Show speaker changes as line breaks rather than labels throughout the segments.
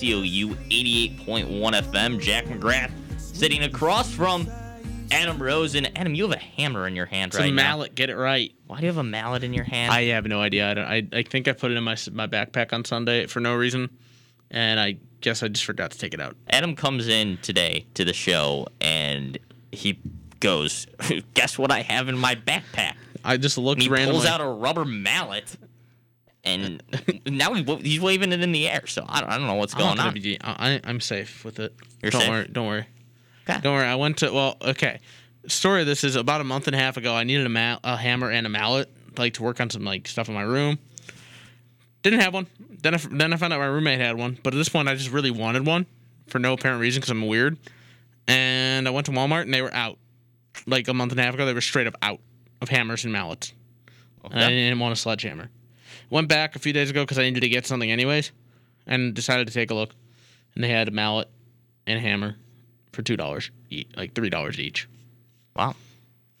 KCOU 88.1 FM. Jack McGrath sitting across from Adam Rose. And Adam, you have a hammer in your hand
It's
right
a
now.
mallet. Get it right.
Why do you have a mallet in your hand?
I have no idea. I don't. I, I think I put it in my s- my backpack on Sunday for no reason, and I guess I just forgot to take it out.
Adam comes in today to the show and he goes, Guess what I have in my backpack?
I just
And
looked
he
randomly.
pulls out a rubber mallet. And now he, wa- he's waving it in the air. So I don't, I don't know what's
I'm
going
not gonna
on.
be- I, am safe with it.
You're
don't
safe?
worry. Don't worry.
Okay.
Don't worry. I went to well. Okay. Story of this is about a month and a half ago. I needed a, ma- a hammer and a mallet, like to work on some like stuff in my room. Didn't have one. Then I, f- then I found out my roommate had one. But at this point, I just really wanted one for no apparent reason because I'm weird. And I went to Walmart and they were out. Like a month and a half ago, they were straight up out of hammers and mallets. And I
Okay.
didn't want a sledgehammer. Went back a few days ago because I needed to get something anyways, and decided to take a look. And they had a mallet and a hammer for two dollars, e, like three dollars each.
Wow.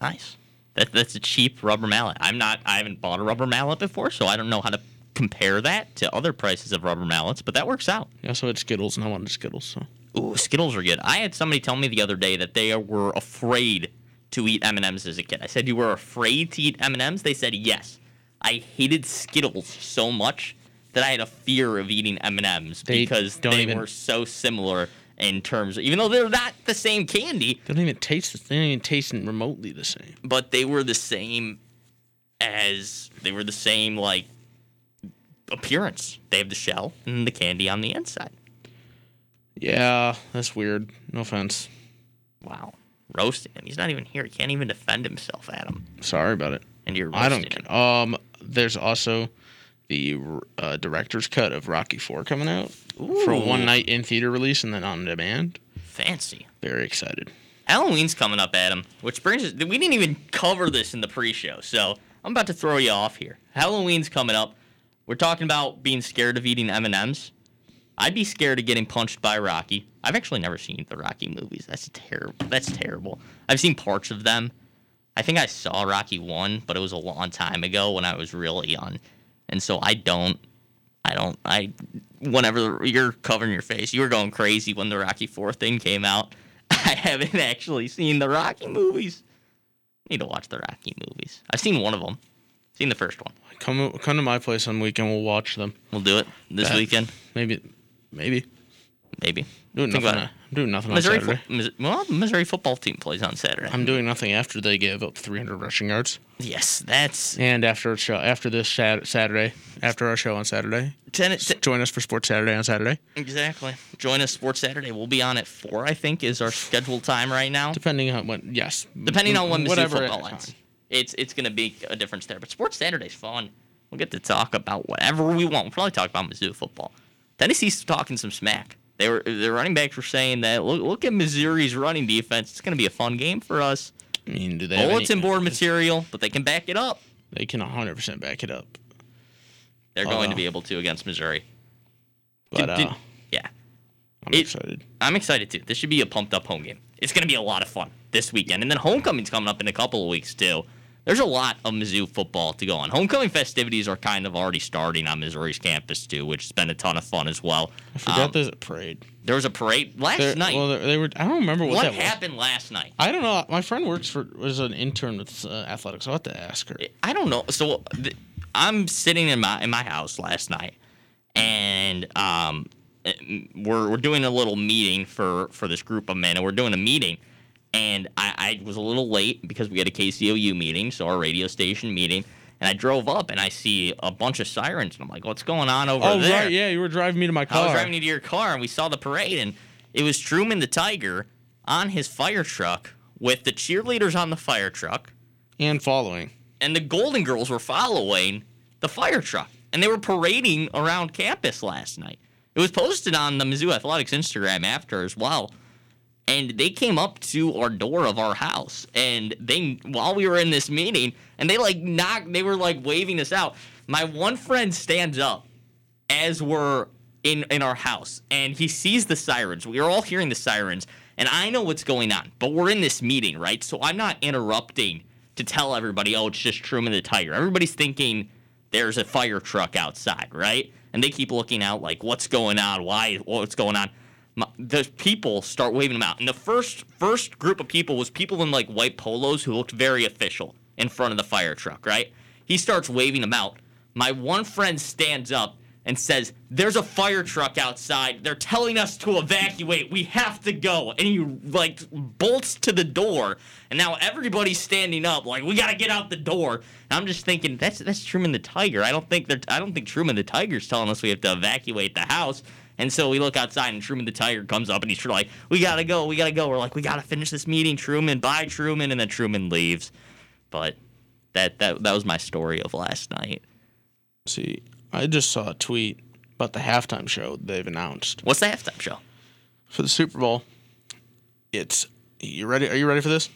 Nice. That, that's a cheap rubber mallet. I'm not. I haven't bought a rubber mallet before, so I don't know how to compare that to other prices of rubber mallets. But that works out.
I also had Skittles, and I wanted Skittles. So
Ooh, Skittles are good. I had somebody tell me the other day that they were afraid to eat M and M's as a kid. I said you were afraid to eat M and M's. They said yes. I hated Skittles so much that I had a fear of eating M and M's
They
because
don't
they
even-
were so similar in terms, even though they're not the same candy.
they don't even taste. the- They don't even taste remotely the same.
but they were the same as they were the same like appearance. They have the shell and the candy on the inside.
Yeah, that's weird. No offense.
Wow. Roasting him. He's not even here. He can't even defend himself, Adam.
Sorry about it.
And you're roasting
I don't.
him.
care. Um, there's also the uh, director's cut of Rocky Four coming out for a
Ooh.
one night in theater release and then on demand.
Fancy.
Very excited.
Halloween's coming up, Adam, which brings us. We didn't even cover this in the pre show, so I'm about to throw you off here. Halloween's coming up. We're talking about being scared of eating M&Ms. I'd be scared of getting punched by Rocky. I've actually never seen the Rocky movies. That's terrible. That's terrible. I've seen parts of them. I think I saw Rocky 1, but it was a long time ago when I was real young. And so I don't I don't. I. Whenever you're covering your face, you were going crazy when the Rocky Four thing came out. I haven't actually seen the Rocky movies. need to watch the Rocky movies. I've seen one of them. Seen the first one.
Come come to my place on weekend. We'll watch them.
We'll do it this
That-
weekend,
Maybe, maybe.
maybe.
Doing
Think
nothing.
about
I'm doing nothing on
Missouri.
Saturday.
fo- Mis- well, the Missouri football team plays on Saturday.
I'm doing nothing after they give up 300 rushing yards,
yes, that's
and after a show, after this sat- Saturday, after our show on Saturday,
ten,
s- join us for Sports Saturday on Saturday.
exactly. Join us Sports Saturday. We'll be on at four. I think is our scheduled time right now.
Depending on when, yes,
depending on when Mizzou
whatever
football
at-
ends. It's it's gonna be a difference there. But Sports Saturday's fun. We'll get to talk about whatever we want. We'll probably talk about Mizzou football. Tennessee's talking some smack. They were their running backs were saying that look look at Missouri's running defense. It's gonna be a fun game for us.
I mean, do they? have
Bulletin
any-
board material, but they can back it up.
They can 100 percent back it up.
They're going to
wow.
be able to against Missouri.
Uh, But
Did-
uh,
did- yeah.
I'm
it-
excited.
I'm excited too. This should be a pumped up home game. It's going to be a lot of fun this weekend. And then homecoming's coming up in a couple of weeks too. There's a lot of Mizzou football to go on. Homecoming festivities are kind of already starting on Missouri's campus too, which has been a ton of fun as well.
I forgot
Um,
there's a parade.
there was a parade last
There-
night.
Well, there- they were. I don't remember what,
what
that was.
happened last night?
I don't know. My friend works for was an intern with uh, athletics. I'll have to ask her.
I don't know. So th- I'm sitting in my in my house last night, and um, we're we're doing a little meeting for for this group of men, and we're doing a meeting, and I, I was a little late because we had a KCOU meeting, so our radio station meeting, and I drove up and I see a bunch of sirens, and I'm like, what's going on over
Oh
there?
right, yeah, you were driving me to my
I
car.
was driving you to your car and we saw the parade and it was Truman the Tiger on his fire truck with the cheerleaders on the fire truck
and following.
and the Golden Girls were following the fire truck, and they were parading around campus last night. It was posted on the Mizzou Athletics Instagram after as well, and they came up to our door of our house, and they while we were in this meeting, and they like knocked, they were like waving us out. My one friend stands up as we're in in our house and he sees the sirens we are all hearing the sirens and i know what's going on but we're in this meeting right so i'm not interrupting to tell everybody oh it's just truman the tiger everybody's thinking there's a fire truck outside right and they keep looking out like, what's going on? Why? What's going on? My, the people start waving them out, and the first first group of people was people in like white polos who looked very official in front of the fire truck. Right? He starts waving them out. My one friend stands up and says, "There's a fire truck outside. They're telling us to evacuate. We have to go." And he like bolts to the door, and now everybody's standing up, like, "We gotta get out the door." And I'm just thinking, that's that's Truman the Tiger. I don't think they're I don't think Truman the Tiger's telling us we have to evacuate the house. And so we look outside, and Truman the Tiger comes up, and he's like, "We gotta go. We gotta go." We're like, "We gotta finish this meeting, Truman. Bye, Truman." And then Truman leaves. But that that that was my story of last night.
See, I just saw a tweet about the halftime show they've announced
What's the halftime show?
for the Super Bowl. It's you ready? Are you ready for this?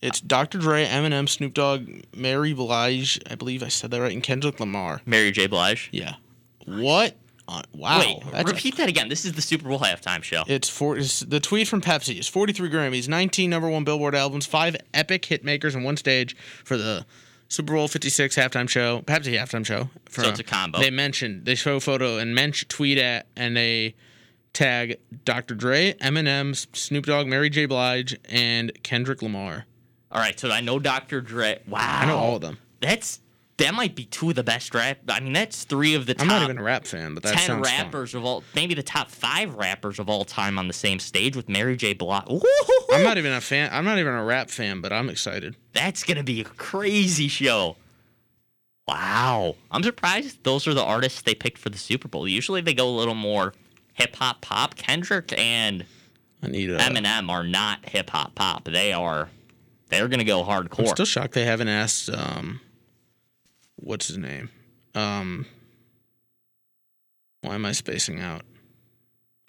It's Dr. Dre, Eminem, Snoop Dogg, Mary Blige. I believe I said that right, and Kendrick Lamar.
Mary J. Blige.
Yeah. What? On, wow.
Wait,
that's a-
repeat that again. This is the Super Bowl halftime show.
It's four. It's the tweet from Pepsi is 43 Grammys, 19 number one Billboard albums, five epic hit makers on one stage for the Super Bowl 56 halftime show, Pepsi halftime show. For,
So it's a combo.
They mentioned they show a photo and mention tweet at and they tag Dr. Dre, Eminem, S- Snoop Dogg, Mary J. Blige, and Kendrick Lamar.
All right, so I know Dr. Dre. Wow,
I know all of them.
That's that might be two of the best rap. I mean, that's three of the top
I'm not even a rap fan, but that
ten
sounds fun.
rappers of all, maybe the top five rappers of all time on the same stage with Mary J. Blige.
I'm not even a fan. I'm not even a rap fan, but I'm excited.
That's gonna be a crazy show. Wow, I'm surprised those are the artists they picked for the Super Bowl. Usually they go a little more hip hop pop. Kendrick and
I need a.
Eminem are not hip hop pop. They are. They're gonna go hardcore.
I'm still shocked they haven't asked um what's his name? Um why am I spacing out?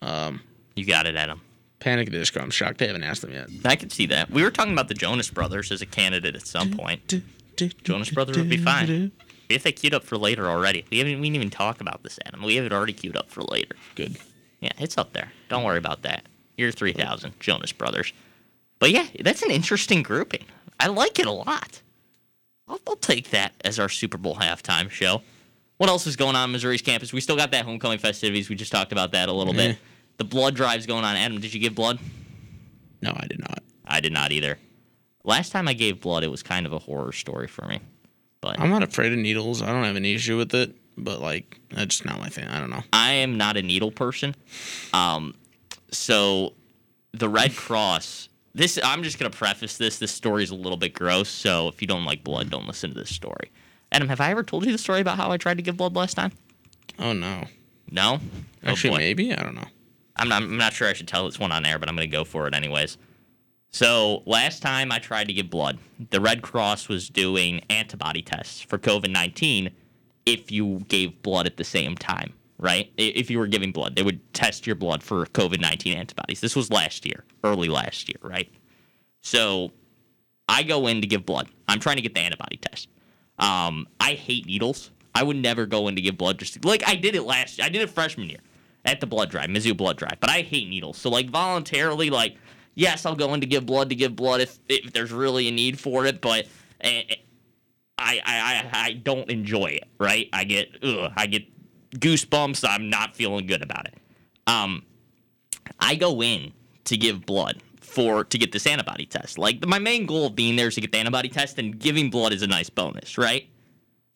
Um
You got it, Adam.
Panic at the Disco. I'm shocked they haven't asked them yet.
I can see that. We were talking about the Jonas Brothers as a candidate at some point. Jonas Brothers would be fine. We have that queued up for later already. We haven't we didn't even talk about this, Adam. We have it already queued up for later.
Good.
Yeah, it's up there. Don't worry about that. You're three thousand, Jonas Brothers. But yeah, that's an interesting grouping. I like it a lot. I'll, I'll take that as our Super Bowl halftime show. What else is going on on Missouri's campus? We still got that homecoming festivities. We just talked about that a little
Yeah.
bit. The blood drive's going on. Adam, did you give blood?
No, I did not.
I did not either. Last time I gave blood, it was kind of a horror story for me. But
I'm not afraid of needles. I don't have an issue with it, but like that's just not my thing. I don't know.
I am not a needle person. Um, so the Red Cross. This I'm just gonna preface this. This story is a little bit gross. So if you don't like blood, don't listen to this story. Adam, have I ever told you the story about how I tried to give blood last time?
Oh no.
No. Oh,
Actually
boy.
maybe, I don't know.
I'm not, I'm not sure I should tell this one on air, but I'm going to go for it anyways. So, last time I tried to give blood, the Red Cross was doing antibody tests for COVID 19 if you gave blood at the same time, right? I- If you were giving blood, they would test your blood for COVID 19 antibodies. This was last year, early last year, right? So, I go in to give blood. I'm trying to get the antibody test. Um, I hate needles. I would never go in to give blood just like I did it last. I did it freshman year at the blood drive, Mizzou blood drive. But I hate needles. So like voluntarily, like yes, I'll go in to give blood to give blood if if there's really a need for it. But eh, eh, I I I, I don't enjoy it. Right? I get ugh, I get goosebumps. I'm not feeling good about it. Um, I go in to give blood for to get this antibody test. Like my main goal of being there is to get the antibody test, and giving blood is a nice bonus, right?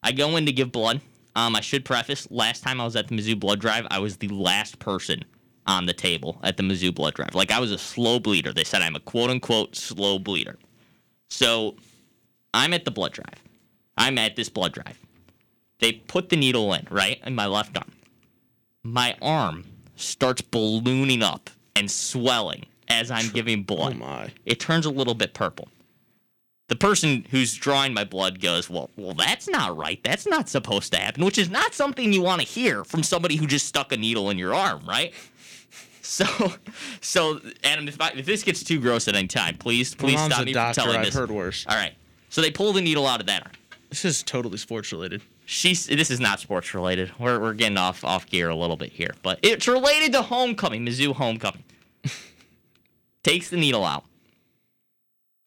I go in to give blood. Um, I should preface: last time I was at the Mizzou blood drive, I was the last person on the table at the Mizzou blood drive. Like I was a slow bleeder. They said I'm a quote unquote slow bleeder. So I'm at the blood drive. I'm at this blood drive. They put the needle in right in my left arm my arm starts ballooning up and swelling as I'm giving
Oh
blood.
my.
It turns a little bit purple. The person who's drawing my blood goes, "Well, well, that's not right. That's not supposed to happen," which is not something you want to hear from somebody who just stuck a needle in your arm, right? So, so Adam, if, I, if this gets too gross at any time, please,
My
please
mom's
stop
a
me from
doctor.
telling
I've
this.
heard worse.
All right. So they pull the needle out of that arm
This is totally sports related.
she's this is not sports related. We're we're getting off off gear a little bit here, but it's related to homecoming, Mizzou homecoming. Takes the needle out.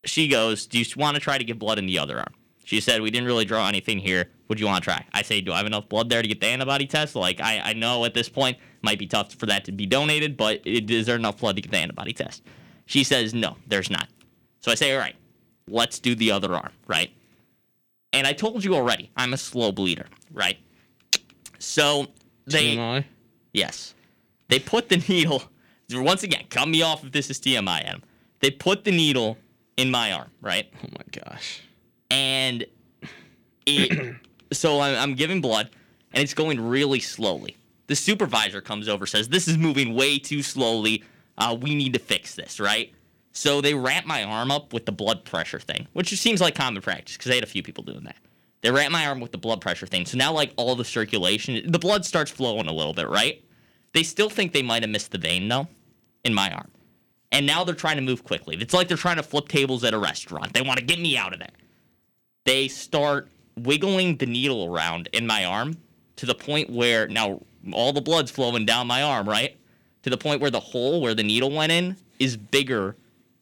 She goes, "Do you want to try to get blood in the other arm?" She said, We didn't really draw anything here. Would you want to try? I say, Do I have enough blood there to get the antibody test? Like, I, I know at this point might be tough for that to be donated, but it, is there enough blood to get the antibody test? She says, No, there's not. So I say, All right, let's do the other arm, right? And I told you already, I'm a slow bleeder, right? So they.
TMI.
Yes. They put the needle. Once again, cut me off if this is TMI, Adam. They put the needle in my arm, right?
Oh my gosh.
And it, so I'm, I'm giving blood, and it's going really slowly. The supervisor comes over, says, "This is moving way too slowly. Uh, we need to fix this, right?" So they wrap my arm up with the blood pressure thing, which seems like common practice because they had a few people doing that. They wrap my arm with the blood pressure thing. So now, like all the circulation, the blood starts flowing a little bit, right? They still think they might have missed the vein though, in my arm. And now they're trying to move quickly. It's like they're trying to flip tables at a restaurant. They want to get me out of there they start wiggling the needle around in my arm to the point where now all the blood's flowing down my arm, right? To the point where the hole where the needle went in is bigger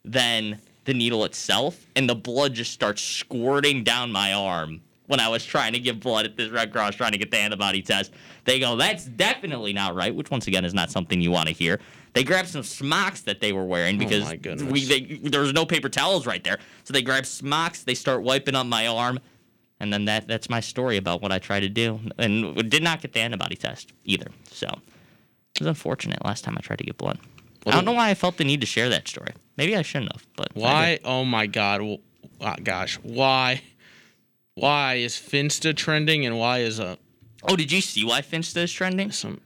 than the needle itself, and the blood just starts squirting down my arm. When I was trying to give blood at this Red Cross, trying to get the antibody test, they go, "That's definitely not right." Which, once again, is not something you want to hear. They grabbed some smocks that they were wearing because
Oh my goodness.
we they, there was no paper towels right there. So they grab smocks, they start wiping up my arm, and then that that's my story about what I tried to do, and we did not get the antibody test either. So it was unfortunate last time I tried to get blood. I don't know why I felt the need to share that story. Maybe I shouldn't have, but I did.
Why? Oh my God. Well, ah, gosh. Why? Why is Finsta trending and why is uh,
Oh, did you see why Finsta is trending?
some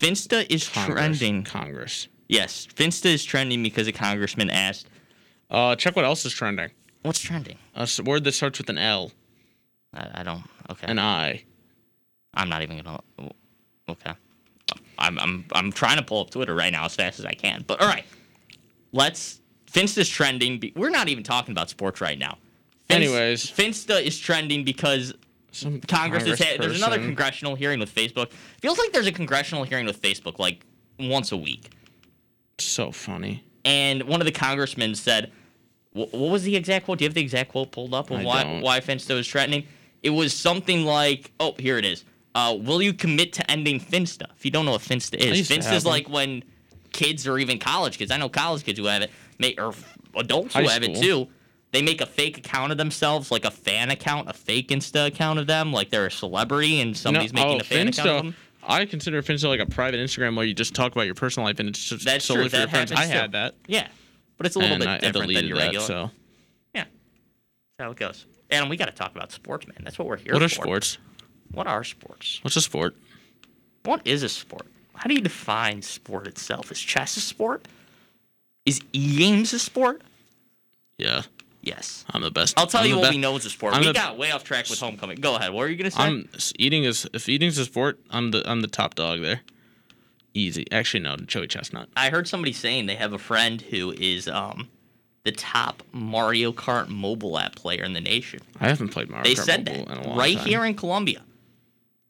Finsta is
Congress,
trending.
Congress?
Yes, Finsta is trending because a congressman asked,
Uh, check what else is trending.
"What's trending?"
A s- word that starts with an L,
I, I don't. Okay.
an I.
I'm not even gonna. oh, Okay. I'm I'm I'm trying to pull up Twitter right now as fast as I can. But all right, let's. Finsta is trending. Be, we're not even talking about sports right now.
Anyways.
Finsta is trending because
Some
Congress is ha- there's another
congressperson.
congressional hearing with Facebook. Feels like there's a congressional hearing with Facebook like once a week.
so funny.
And one of the congressmen said, wh- "What was the exact quote? Do you have the exact quote pulled up? Of
I
why
don't.
why Finsta was threatening? It was something like, oh, here it is. Uh, will you commit to ending Finsta? If you don't know what Finsta is,
used to
Finsta
have
is
one.
like when kids or even college kids. I know college kids who have it, may, or f- adults who
High
have it
school.
too. They make a fake account of themselves, like a fan account, a fake Insta account of them, like they're a celebrity and somebody's
oh,
making a fan account of them.
I consider Finsta like a private Instagram where you just talk about your personal life and it's just
That's
solely
true.
for
That
your friends. I
happens too.
had that.
Yeah, but it's a little
and
bit
I, I
different than
deleted
your
that,
regular.
So,
Yeah. That's how it goes. Adam, we got to talk about sports, man. That's what we're here
what
for.
are sports?
What are sports?
What's a sport?
What is a sport? How do you define sport itself? Is chess a sport? Is e-games a sport?
Yeah,
Yes.
I'm the best.
I'll tell
I'm
you
the
what
be-
we know is a sport.
I'm
we
the-
got way off track with homecoming. Go ahead. What are you going to say?
I'm s- eating is if eating's a sport, I'm the I'm the top dog there. Easy. Actually, no, Joey Chestnut.
I heard somebody saying they have a friend who is um, the top Mario Kart mobile app player in the nation.
I haven't played Mario
They
Kart
said
Mobile in a
that
long
right
time.
here in Colombia.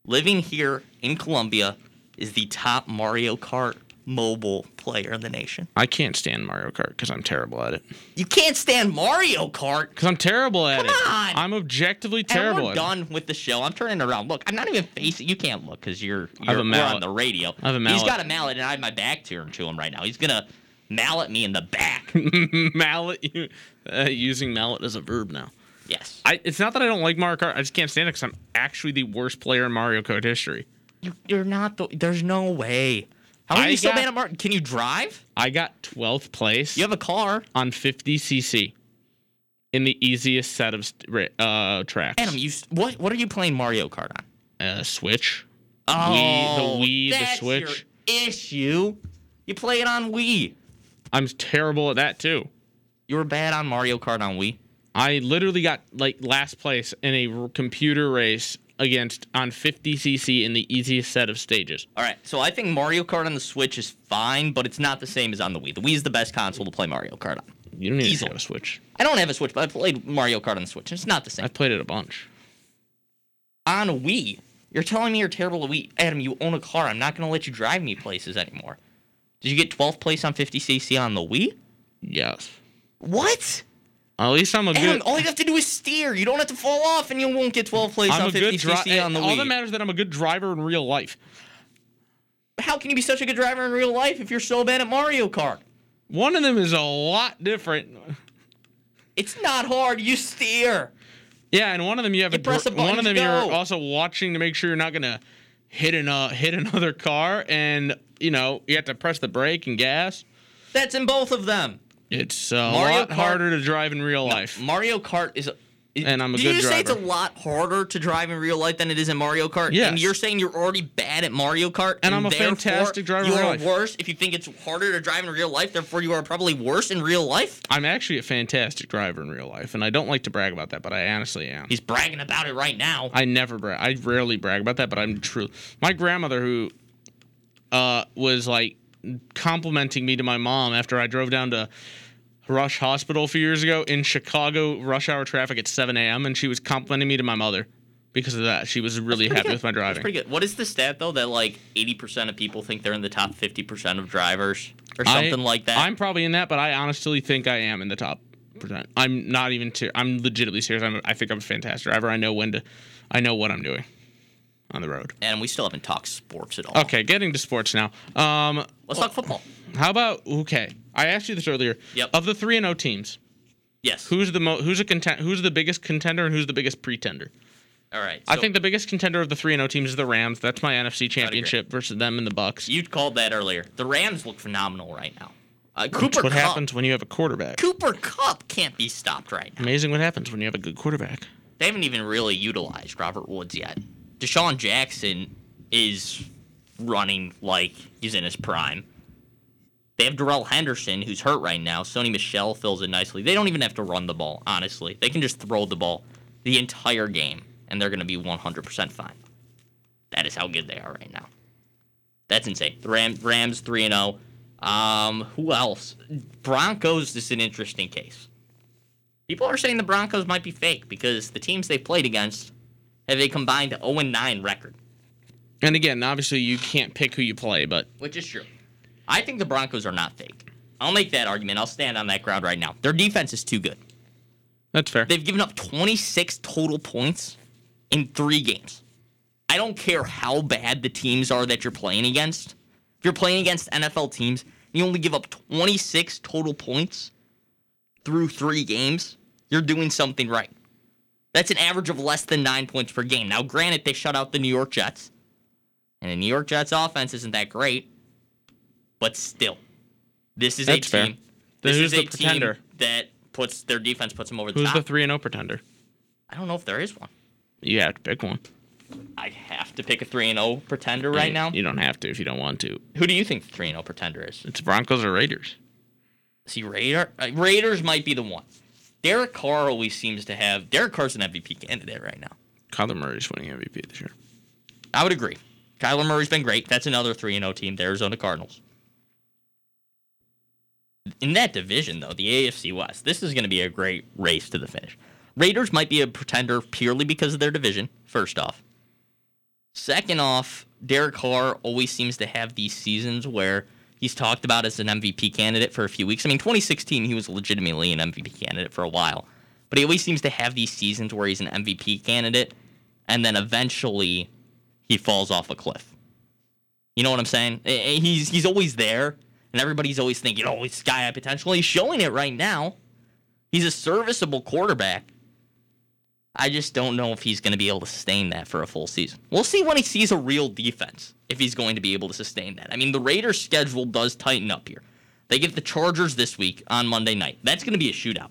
Living here in Colombia is the top Mario Kart mobile player in the nation.
I can't stand Mario Kart because I'm terrible at it.
You can't stand Mario Kart.
Because I'm terrible at it.
on!
I'm objectively
And
terrible.
we're
at it.
done with the show. I'm turning around. Look, I'm not even facing. You can't look because you're, you're
have a
we're on
mallet.
the radio.
I have a
He's
mallet.
got a mallet, and I have my back turned to him right now. He's gonna mallet me in the back.
mallet you, uh, using mallet as a verb now.
yes.
I, it's not that I don't like Mario Kart. I just can't stand it because I'm actually the worst player in Mario Kart history.
You, you're not. The, there's no way. How are
I
you so
got-
bad at Martin? Can you drive?
I got 12th place
You have a car.
on 50cc in the easiest set of st- ra- uh, tracks.
Adam, you s- what? What are you playing Mario Kart on?
uh, Switch.
Oh,
Wii, the
that's
Switch.
Your issue. You play it on Wii.
I'm terrible at that too.
You were bad on Mario Kart on Wii.
I literally got like last place in a r- computer race against on 50cc in the easiest set of stages.
All right, so I think Mario Kart on the Switch is fine, but it's not the same as on the Wii. The Wii is the best console to play Mario Kart on.
You don't need to
Easily.
have a Switch.
I don't have a Switch, but I played Mario Kart on the Switch. and It's not the same.
I've played it a bunch.
On a Wii, you're telling me you're terrible at Wii. Adam, you own a car. I'm not going to let you drive me places anymore. Did you get 12th place on 50cc on the Wii?
Yes.
What?
At least I'm a
And
good.
all you have to do is steer. You don't have to fall off, and you won't get 12 plays
I'm
on
a
50
good driver.
cc on the
All that
Wii.
matters is that I'm a good driver in real life.
How can you be such a good driver in real life if you're so bad at Mario Kart?
One of them is a lot different.
It's not hard. You steer.
Yeah, and one of them you have
You
a
press
dir-
a button
one of
to
them you're
go.
also watching to make sure you're not gonna hit an uh, hit another car, and you know you have to press the brake and gas.
That's in both of them.
It's uh, a
Mario
lot
Kart-
harder to drive in real life.
Mario Kart is. A, is-
And I'm a
did
good
you just say it's a
driver.
lot harder to drive in real life than it is in Mario Kart?
Yes.
And you're saying you're already bad at Mario Kart,
And I'm a
therefore
fantastic driver in
You
real
are
life.
worse if you think it's harder to drive in real life. Therefore, you are probably worse in real life.
I'm actually a fantastic driver in real life, and I don't like to brag about that, but I honestly am.
He's bragging about it right now.
I never brag. I rarely brag about that, but I'm true. My grandmother, who uh, was like complimenting me to my mom after I drove down to Rush Hospital a few years ago in Chicago, rush hour traffic at 7 a.m., and she was complimenting me to my mother because of that. She was really happy with my
That's
driving.
pretty good. What is the stat though that like 80% of people think they're in the top 50% of drivers or
I-
something like that?
I'm probably in that, but I honestly think I am in the top percent. I'm not even. Ter- I'm legitimately serious. I'm, I think I'm a fantastic driver. I know when to. I know what I'm doing on the road.
and we still haven't talked sports at all.
Okay, getting to sports now. Um,
Let's talk football.
how about okay? I asked you this earlier.
Yep.
Of the three and O teams,
Yes.
who's the mo- who's a content who's the biggest contender and who's the biggest pretender?
all right.
I
so
think the biggest contender of the three and O teams is the Rams. That's my NFC Championship versus them and the Bucks.
you called that earlier. The Rams look phenomenal right now. Uh, Cooper
That's what
Cup.
happens when you have a quarterback.
Cooper Cup can't be stopped right now.
Amazing what happens when you have a good quarterback.
They haven't even really utilized Robert Woods yet. Deshaun Jackson is running like he's in his prime. They have Darrell Henderson, who's hurt right now. Sony Michelle fills in nicely. They don't even have to run the ball, honestly. They can just throw the ball the entire game, and they're going to be 100% fine. That is how good they are right now. That's insane. The Ram, Rams 3 and 0. Um, who else? Broncos is an interesting case. People are saying the Broncos might be fake because the teams they played against have a combined 0 9 record,
And again, obviously you can't pick who you play, but
which is true. I think the Broncos are not fake. I'll make that argument. I'll stand on that ground right now. Their defense is too good.
that's fair.
They've given up 26 total points in three games. I don't care how bad the teams are that you're playing against. If you're playing against NFL teams, you only give up 26 total points through three games, you're doing something right. That's an average of less than nine points per game. Now, granted, they shut out the New York Jets, and the New York Jets offense isn't that great, but still, this is a
That's fair.
team.
Then
This is
who's the
a
pretender?
team that puts their defense puts them over the
Who's
top.
the three and O pretender?
I don't know if there is one.
You have to pick one.
I have to pick a 3 and 0 pretender right
You-
now.
You don't have to if you don't want to.
Who do you think the 3 and 0 pretender is?
It's Broncos or Raiders.
See Raider uh, Raiders might be the one. Derek Carr always seems to have Derek Carr's an MVP candidate right now.
Kyler Murray's winning MVP this year.
I would agree. Kyler Murray's been great. That's another 3 and 0 team, the Arizona Cardinals. In that division though, the AFC West, this is going to be a great race to the finish. Raiders might be a pretender purely because of their division, first off. Second off, Derek Carr always seems to have these seasons where he's talked about as an MVP candidate for a few weeks. I mean, 2016, he was legitimately an MVP candidate for a while, but he always seems to have these seasons where he's an MVP candidate, and then eventually he falls off a cliff. You know what I'm saying? Eh, eh, He's he's always there, and everybody's always thinking, "Oh, he's sky high potential." He's showing it right now. He's a serviceable quarterback. I just don't know if he's going to be able to sustain that for a full season. We'll see when he sees a real defense if he's going to be able to sustain that. I mean, the Raiders' schedule does tighten up here. They get the Chargers this week on Monday night. That's going to be a shootout.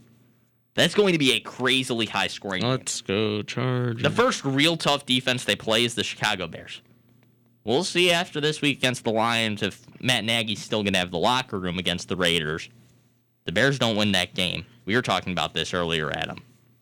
That's going to be a crazily high scoring. game.
Let's go charge.
The first real tough defense they play is the Chicago Bears. We'll see after this week against the Lions if Matt Nagy's still going to have the locker room against the Raiders. The Bears don't win that game. We were talking about this earlier, Adam.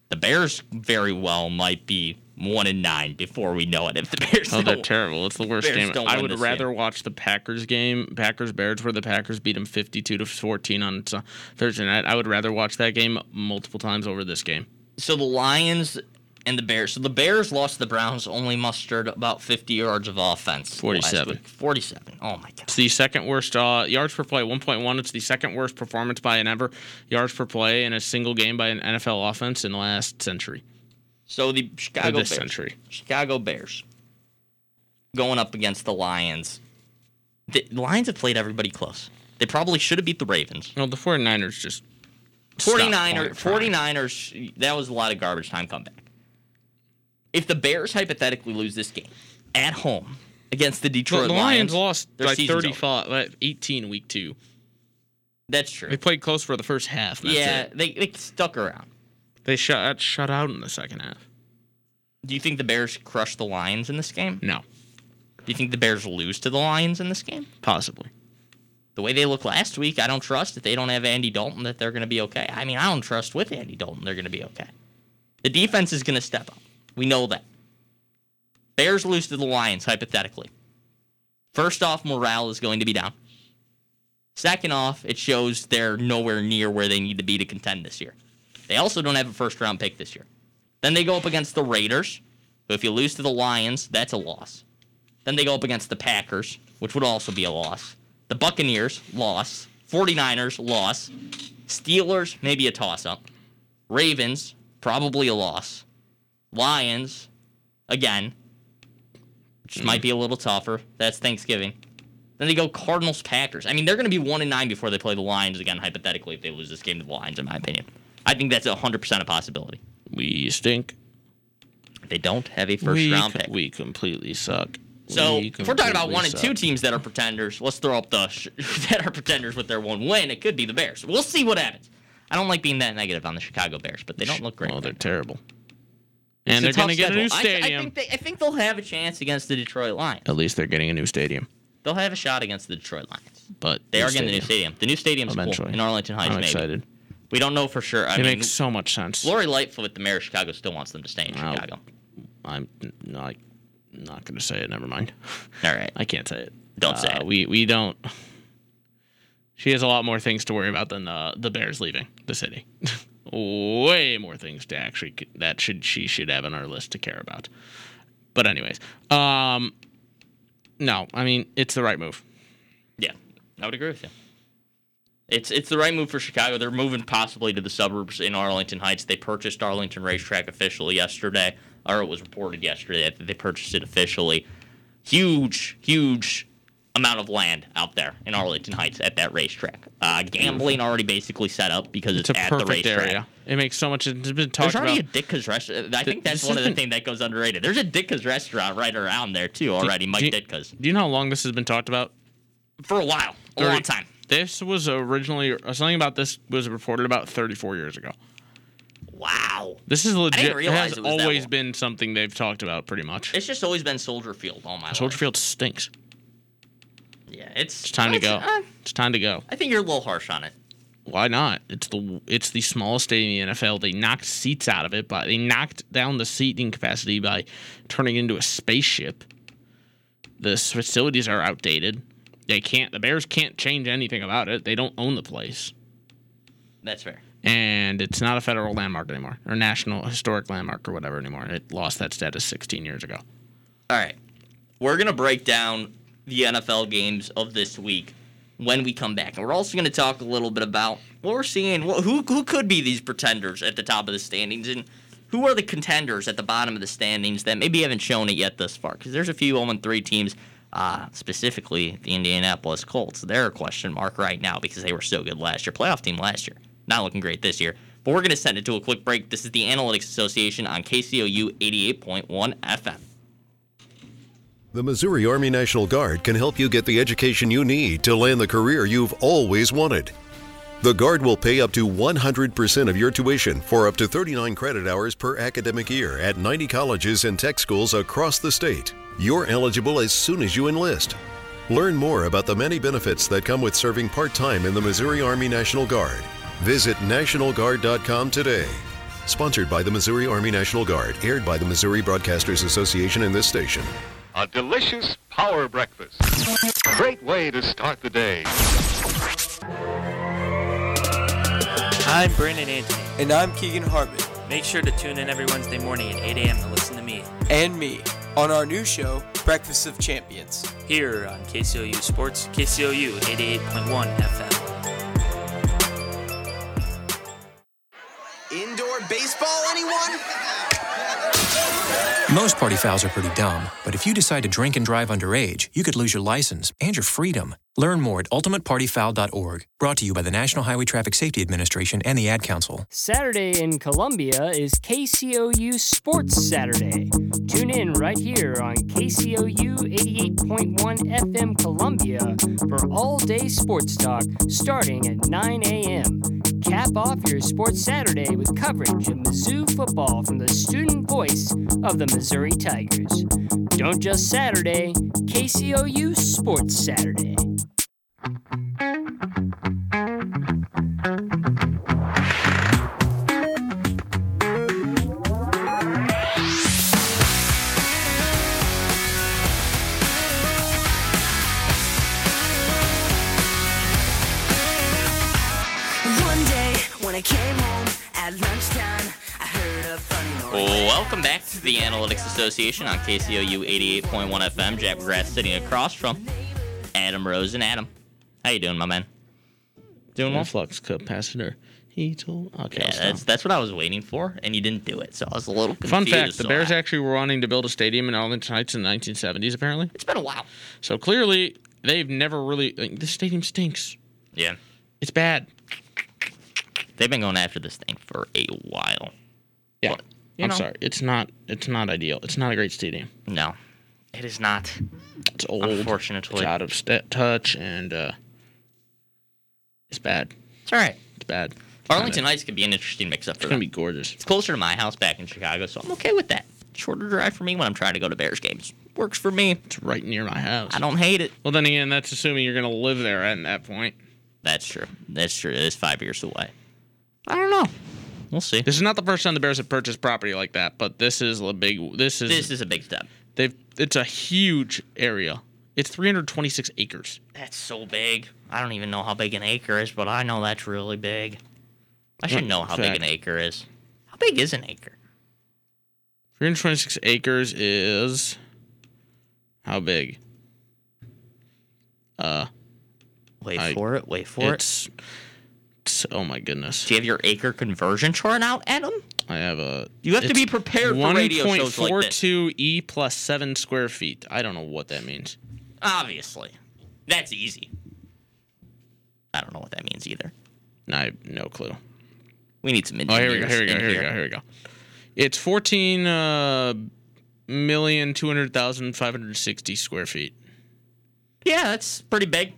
The Bears very well might be one and nine before we know it. If the Bears
Oh, they're
don't,
terrible. It's the worst
Bears
game.
don't
I
win
would
this
rather watch the Packers game, Packers Bears, where the Packers beat them 52 to 14 on Su- Thursday night. I would rather watch that game multiple times over this game.
so the Lions and the Bears. So the Bears lost to the Browns, only mustered about 50 yards of offense. last
47.
week. 47. Oh my god.
It's the second worst uh, yards per play, 1.1. It's the second worst performance by an ever yards per play in a single game by an NFL offense in the last century.
So the
Or
Chicago
this
Bears.
century.
Chicago Bears going up against the Lions. The Lions have played everybody close. They probably should have beat the Ravens.
Well, the 49ers just. stopped
49er,
trying.
49ers, that was a lot of garbage time comeback. If the Bears hypothetically lose this game at home against the
The
Detroit
Lions,
Lions,
lost
their
by
season's over.
35, like 18 week two.
that's true.
They played close for the first half. and that's
Yeah,
it.
they, they stuck around.
They shut, shut out in the second half.
Do you think the Bears crush the Lions in this game?
No,
Do you think the Bears lose to the Lions in this game?
possibly.
the way they looked last week, I don't trust that they don't have Andy Dalton that they're going to be okay. I mean, I don't trust with Andy Dalton they're going to be okay. The defense is going to step up. We know that. Bears lose to the Lions hypothetically. First off, morale is going to be down. Second off, it shows they're nowhere near where they need to be to contend this year. They also don't have a first round pick this year. Then they go up against the Raiders. But if you lose to the Lions, that's a loss. Then they go up against the Packers, which would also be a loss. The Buccaneers, loss. 49ers, loss. Steelers, maybe a toss up. Ravens, probably a loss. Lions, again, which might be a little tougher. That's Thanksgiving. Then they go Cardinals, Packers. I mean, they're going to be 1 and 9 before they play the Lions again, hypothetically, if they lose this game to the Lions, in my opinion. I think that's 100% a possibility.
We stink.
They don't have a first
we,
round
co-
pick.
We completely suck.
So
We
if we're talking about
completely
one and
suck.
two teams that are pretenders, let's throw up the sh- that are pretenders with their one win. It could be the Bears. We'll see what happens. I don't like being that negative on the Chicago Bears, but they don't look great.
Well, Oh, they're
It's
terrible.
a
And they're
tough
going to get a new
schedule. I-
stadium.
I, think they, I think they'll have a chance against the Detroit Lions.
At least they're getting a new stadium.
They'll have a shot against the Detroit Lions.
But
They are getting the new stadium. The new stadium's cool
Eventually.
in Arlington Heights.
I'm
maybe
excited.
we don't know for sure. I
It
mean,
makes so much sense.
Lori Lightfoot, the mayor of Chicago, still wants them to stay in
Wow.
Chicago.
I'm n- not not going to say it. Never mind.
All right,
I can't say it.
Don't say
Uh,
it.
We we don't. She has a lot more things to worry about than the the Bears leaving the city. Way more things to actually c- that should she should have on our list to care about. But anyways, um, no, I mean it's the right move.
Yeah, I would agree with you. It's it's the right move for Chicago. They're moving possibly to the suburbs in Arlington Heights. They purchased Arlington Racetrack officially yesterday, or it was reported yesterday that they purchased it officially. Huge, huge amount of land out there in Arlington Heights at that racetrack. Uh, gambling already basically set up because
It's
it's,
a
at the
perfect
racetrack.
area. It makes so much. It's been talked
There's
about.
already a Ditka's restaurant. I think that's
this
one of the
isn't-
things that goes underrated. There's a Ditka's restaurant right around there too already. Mike
do-
Ditka's
Do you know how long this has been talked about?
for a while, a long time.
This was originally uh, something about this was reported about 34 years ago.
Wow.
This is legit. it
realize
has
it was that
always
long.
been something they've talked about pretty much.
It's just always been Soldier Field all my
Soldier
life.
Field stinks.
Yeah, it's,
It's time to go.
uh,
It's time to go.
I think you're a little harsh on it.
Why not? It's the it's the smallest stadium in the NFL. They knocked seats out of it, but they knocked down the seating capacity by turning it into a spaceship. The s- facilities are outdated. They can't. The Bears can't change anything about it. They don't own the place,
That's fair.
and it's not a federal landmark anymore or national historic landmark or whatever anymore. It lost that status 16 years ago.
All right. We're going to break down the NFL games of this week when we come back. And we're also going to talk a little bit about what we're seeing. Wh- who, who could be these pretenders at the top of the standings? And who are the contenders at the bottom of the standings that maybe haven't shown it yet thus far? Because there's a few 0 3 teams, uh, specifically the Indianapolis Colts. They're a question mark right now because they were so good last year. Playoff team last year. Not looking great this year. But we're going to send it to a quick break. This is the Analytics Association on KCOU 88.1 FM.
The Missouri Army National Guard can help you get the education you need to land the career you've always wanted. The Guard will pay up to 100% of your tuition for up to 39 credit hours per academic year at 90 colleges and tech schools across the state. You're eligible as soon as you enlist. Learn more about the many benefits that come with serving part time in the Missouri Army National Guard. Visit NationalGuard.com today. Sponsored by the Missouri Army National Guard, aired by the Missouri Broadcasters Association and this station.
A delicious power breakfast. Great way to start the day.
I'm Brandon Anthony,
And I'm Keegan Harvey.
Make sure to tune in every Wednesday morning at 8 a.m. to listen to me
and me on our new show, Breakfast of Champions.
here on KCOU Sports, KCOU 88.1 FM.
Indoor baseball, anyone?
Most party fouls are pretty dumb, but if you decide to drink and drive underage, you could lose your license and your freedom. Learn more at ultimatepartyfoul.org. Brought to you by the National Highway Traffic Safety Administration and the Ad Council.
Saturday in Columbia is KCOU Sports Saturday. Tune in right here on KCOU 88.1 FM Columbia for all day sports talk starting at 9 a.m. Cap off your Sports Saturday with coverage of Mizzou football from the student voice of the Missouri Tigers. Don't just Saturday, KCOU Sports Saturday.
One day when I came home at lunchtime, I heard a funny noise.
Welcome back to the Analytics Association on KCOU 88.1 FM. Jack McGrath sitting across from Adam Rose and Adam. How you doing, my man? Doing well?
Influx capacitor. He told. Okay.
Yeah,
I'll stop.
that's that's what I was waiting for, and you didn't do it, so I was a little confused.
Fun fact: the
so
Bears
I-
actually were wanting to build a stadium in Arlington Heights in the 1970s, apparently.
It's been a while.
So clearly, they've never really. Like, this stadium stinks.
Yeah,
It's bad.
they've been going after this thing for a while.
Yeah.
But, you
I'm
know.
sorry. It's not. It's not ideal. It's not a great stadium.
No, it is not.
It's old.
Unfortunately.
it's out of st- touch, and uh, it's bad.
It's all right.
It's bad. It's not
Arlington
it.
Heights could be an interesting mix-up for
It's gonna
them.
be gorgeous.
It's closer to my house back in Chicago, so I'm okay with that. Shorter drive for me when I'm trying to go to Bears games. Works for me.
It's right near my house.
I don't hate it.
Well, then again, that's assuming you're gonna live there at that point.
That's true. That's true. It is five years away. I don't know. We'll see.
This is not the first time the Bears have purchased property like that, but this is a big. This is
This is a big step.
They've it's a huge area. It's 326 acres.
That's so big. I don't even know how big an acre is, but I know that's really big. I should know how big an
Hmm. Fact.
acre is. How big is an acre?
326 acres is how big? Uh,
Wait
I-
for it. Wait for it.
it's, it's oh my goodness.
Do you have your acre conversion chart out, Adam?
I have a.
You have to
it's
be prepared for radio shows like this.
1.42 e plus seven square feet. I don't know what that means.
Obviously, that's easy. I don't know what that means either.
No, I have no clue.
We need some
Oh,
engineers.
here we go. Here we go.
in
Here we go. Here we go. It's 14 uh, million two hundred thousand five hundred sixty square feet.
Yeah, that's pretty big.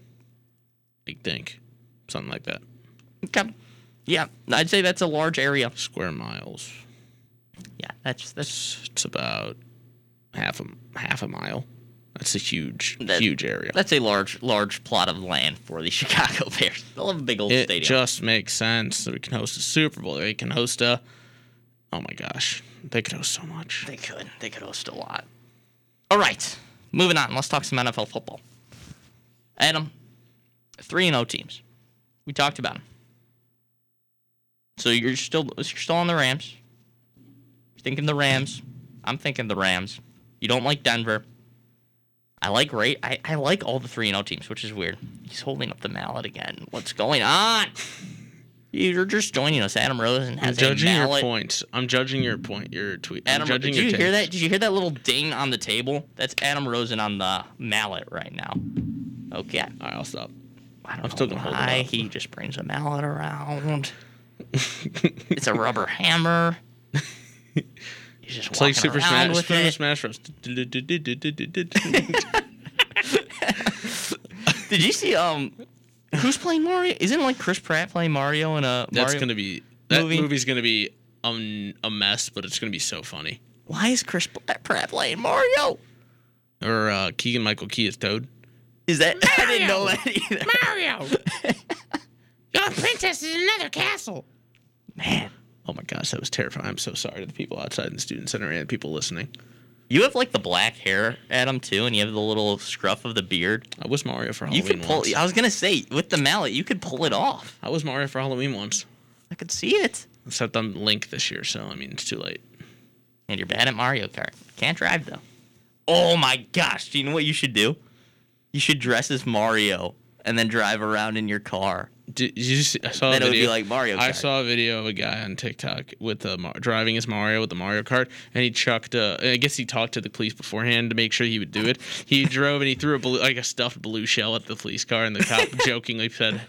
I think something like that.
Okay. Yeah, I'd say that's a large area.
square miles.
Yeah, that's that's
It's about half a half a mile. That's a huge,
That-
huge area.
that's a large large plot of land for the Chicago Bears. They'll have a big old
It
stadium.
just makes sense that we can host a Super Bowl. They can host a. Oh my gosh, they could host so much.
they could they could host a lot. All right, moving on. Let's talk some NFL football. Adam, three and O teams. We talked about them. So you're still you're still on the Rams. You're thinking the Rams. I'm thinking the Rams. You don't like Denver. I like Ray. I, I like all the three and O teams, which is weird. He's holding up the mallet again. What's going on? You're just joining us. Adam Rosen
I'm
has a
judging your
mallet.
points. I'm judging your point. Your tweet. I'm
Adam,
judging
did
your
you hear
takes.
that? Did you hear that little ding on the table? That's Adam Rosen on the mallet right now. Okay.
All right, I'll stop.
I don't know
I'm still gonna hold it
why
up.
he just brings a mallet around. it's a rubber hammer. He's just
It's
walking
like Super
around
Smash.
with
Super
it.
Smash Bros.
Did you see um who's playing Mario? Isn't like Chris Pratt playing Mario in a
That's
Mario?
gonna be that
Movie.
movie's gonna be um, a mess, but it's gonna be so funny.
Why is Chris Pratt playing Mario?
Or uh, Keegan Michael Key is Toad.
Is that I didn't know that either.
Mario! Your princess is another castle. Man. Oh my gosh, that was terrifying. I'm so sorry to the people outside in the student center and people listening.
You have like the black hair, Adam, too, and you have the little scruff of the beard.
I was Mario for
You
Halloween
could pull.
once.
I was gonna say with the mallet, you could pull it off.
I was Mario for Halloween once.
I could see it.
Except I'm Link this year, so I mean it's too late.
and you're bad at Mario Kart. Can't drive though. Oh my gosh! Do you know what you should do? You should dress as Mario and then drive around in your car.
Did did you see, I saw
Then
a
it would be
video.
like Mario
I
Kart.
saw a video of a guy on TikTok with a Mar- driving as Mario with the Mario Kart, and he chucked. A, I guess he talked to the police beforehand to make sure he would do it. He drove and he threw a blue, like a stuffed blue shell at the police car, and the cop jokingly said,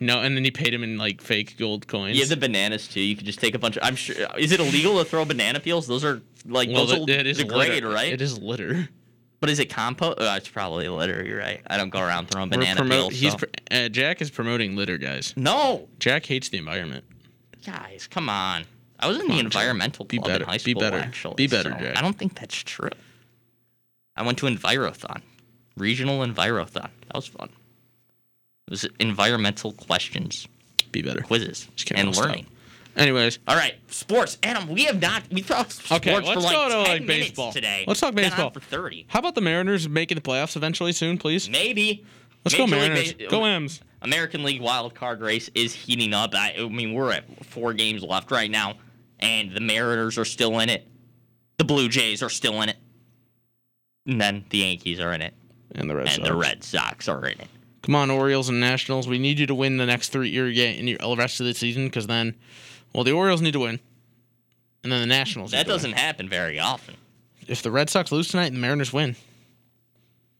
"No," and then he paid him in like fake gold coins.
You have the bananas too. You could just take a bunch of. I'm sure. Is it illegal to throw banana peels? Those are like
well,
those will
it- it is
degrade,
litter.
right?
It is litter.
But is it compost? Oh, it's probably litter. You're right. I don't go around throwing
We're
banana
promote.
peels.
He's
so-
pr- uh, Jack is promoting litter, guys.
no,
Jack hates the environment.
guys, come on. I was in the environmental
Be
club
better.
in high
Be
school.
better.
Actually,
Be better,
so
Jack.
I don't think that's true. I went to Envirothon, regional Envirothon. That was fun. It was environmental questions,
Be better.
quizzes,
Just kidding, I'll
and
stop.
learning.
Anyways,
All right, sports. Adam, we have not. We talked sports
Okay,
for
let's
like
go to,
10
like,
minutes
baseball.
today.
Let's talk
Been on
baseball.
for thirty,
how about the Mariners making the playoffs eventually soon, please?
maybe.
Let's go
Major League
Mariners.
Base-
Go M's.
American League wild card race is heating up. I, I mean, we're at four games left right now, and the Mariners are still in it. The Blue Jays are still in it, and then the Yankees are in it,
And the Red
and the Red Sox are in it.
Come on, Orioles and Nationals. We need you to win the next three year game in your the rest of the season because then, well, the Orioles need to win, and then the Nationals. need
That
to win.
doesn't happen very often.
If the Red Sox lose tonight and the Mariners win,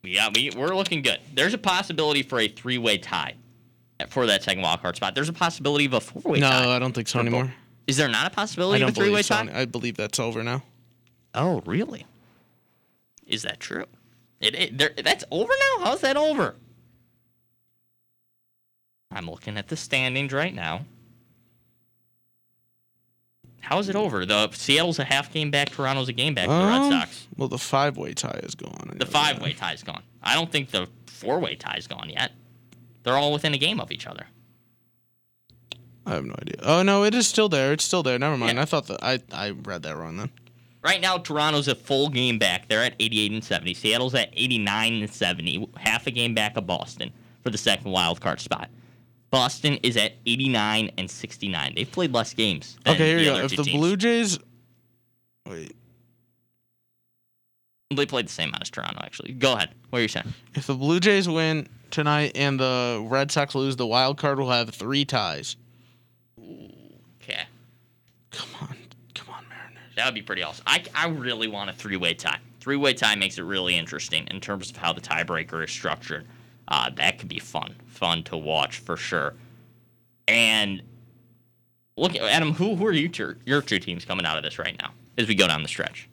Yeah, we, we're looking good. There's a possibility for a three-way tie for that second wild card spot. There's a possibility of a four-way
no,
tie.
I don't think so anymore.
Is there not a
I
possibility of a
don't
three-way
believe so.
tie?
I believe that's over now.
Oh, really? Is that true? It, it there, that's over now. How's that over? I'm looking at the standings right now. How is it over? The Seattle's a half game back. Toronto's a game back. The Red
Um,
Sox.
Well, the five way tie is gone. I
The
know
five
that.
way tie's gone. I don't think the four way tie's gone yet. They're all within a game of each other.
I have no idea. Oh no, it is still there. It's still there. Never mind.
Yeah.
I thought that I I read that wrong then.
Right now, Toronto's a full game back. They're at 88 and 70. Seattle's at 89 and 70, half a game back of Boston for the second wild card spot. Boston is at 89 and 69. They've played less games. Than
Okay, here
the
you go.
other
If
two
the
teams.
Blue Jays, wait,
they played the same amount as Toronto, actually. Go ahead. What are you saying?
if the Blue Jays win tonight and the Red Sox lose, the wild card will have three ties.
Okay,
Come on, come on, Mariners.
that would be pretty awesome. I, I really want a three way tie. Three way tie makes it really interesting in terms of how the tiebreaker is structured. Uh, that could be fun, fun to watch for sure. And look, Adam, who who are you two, your two teams coming out of this right now as we go down the stretch?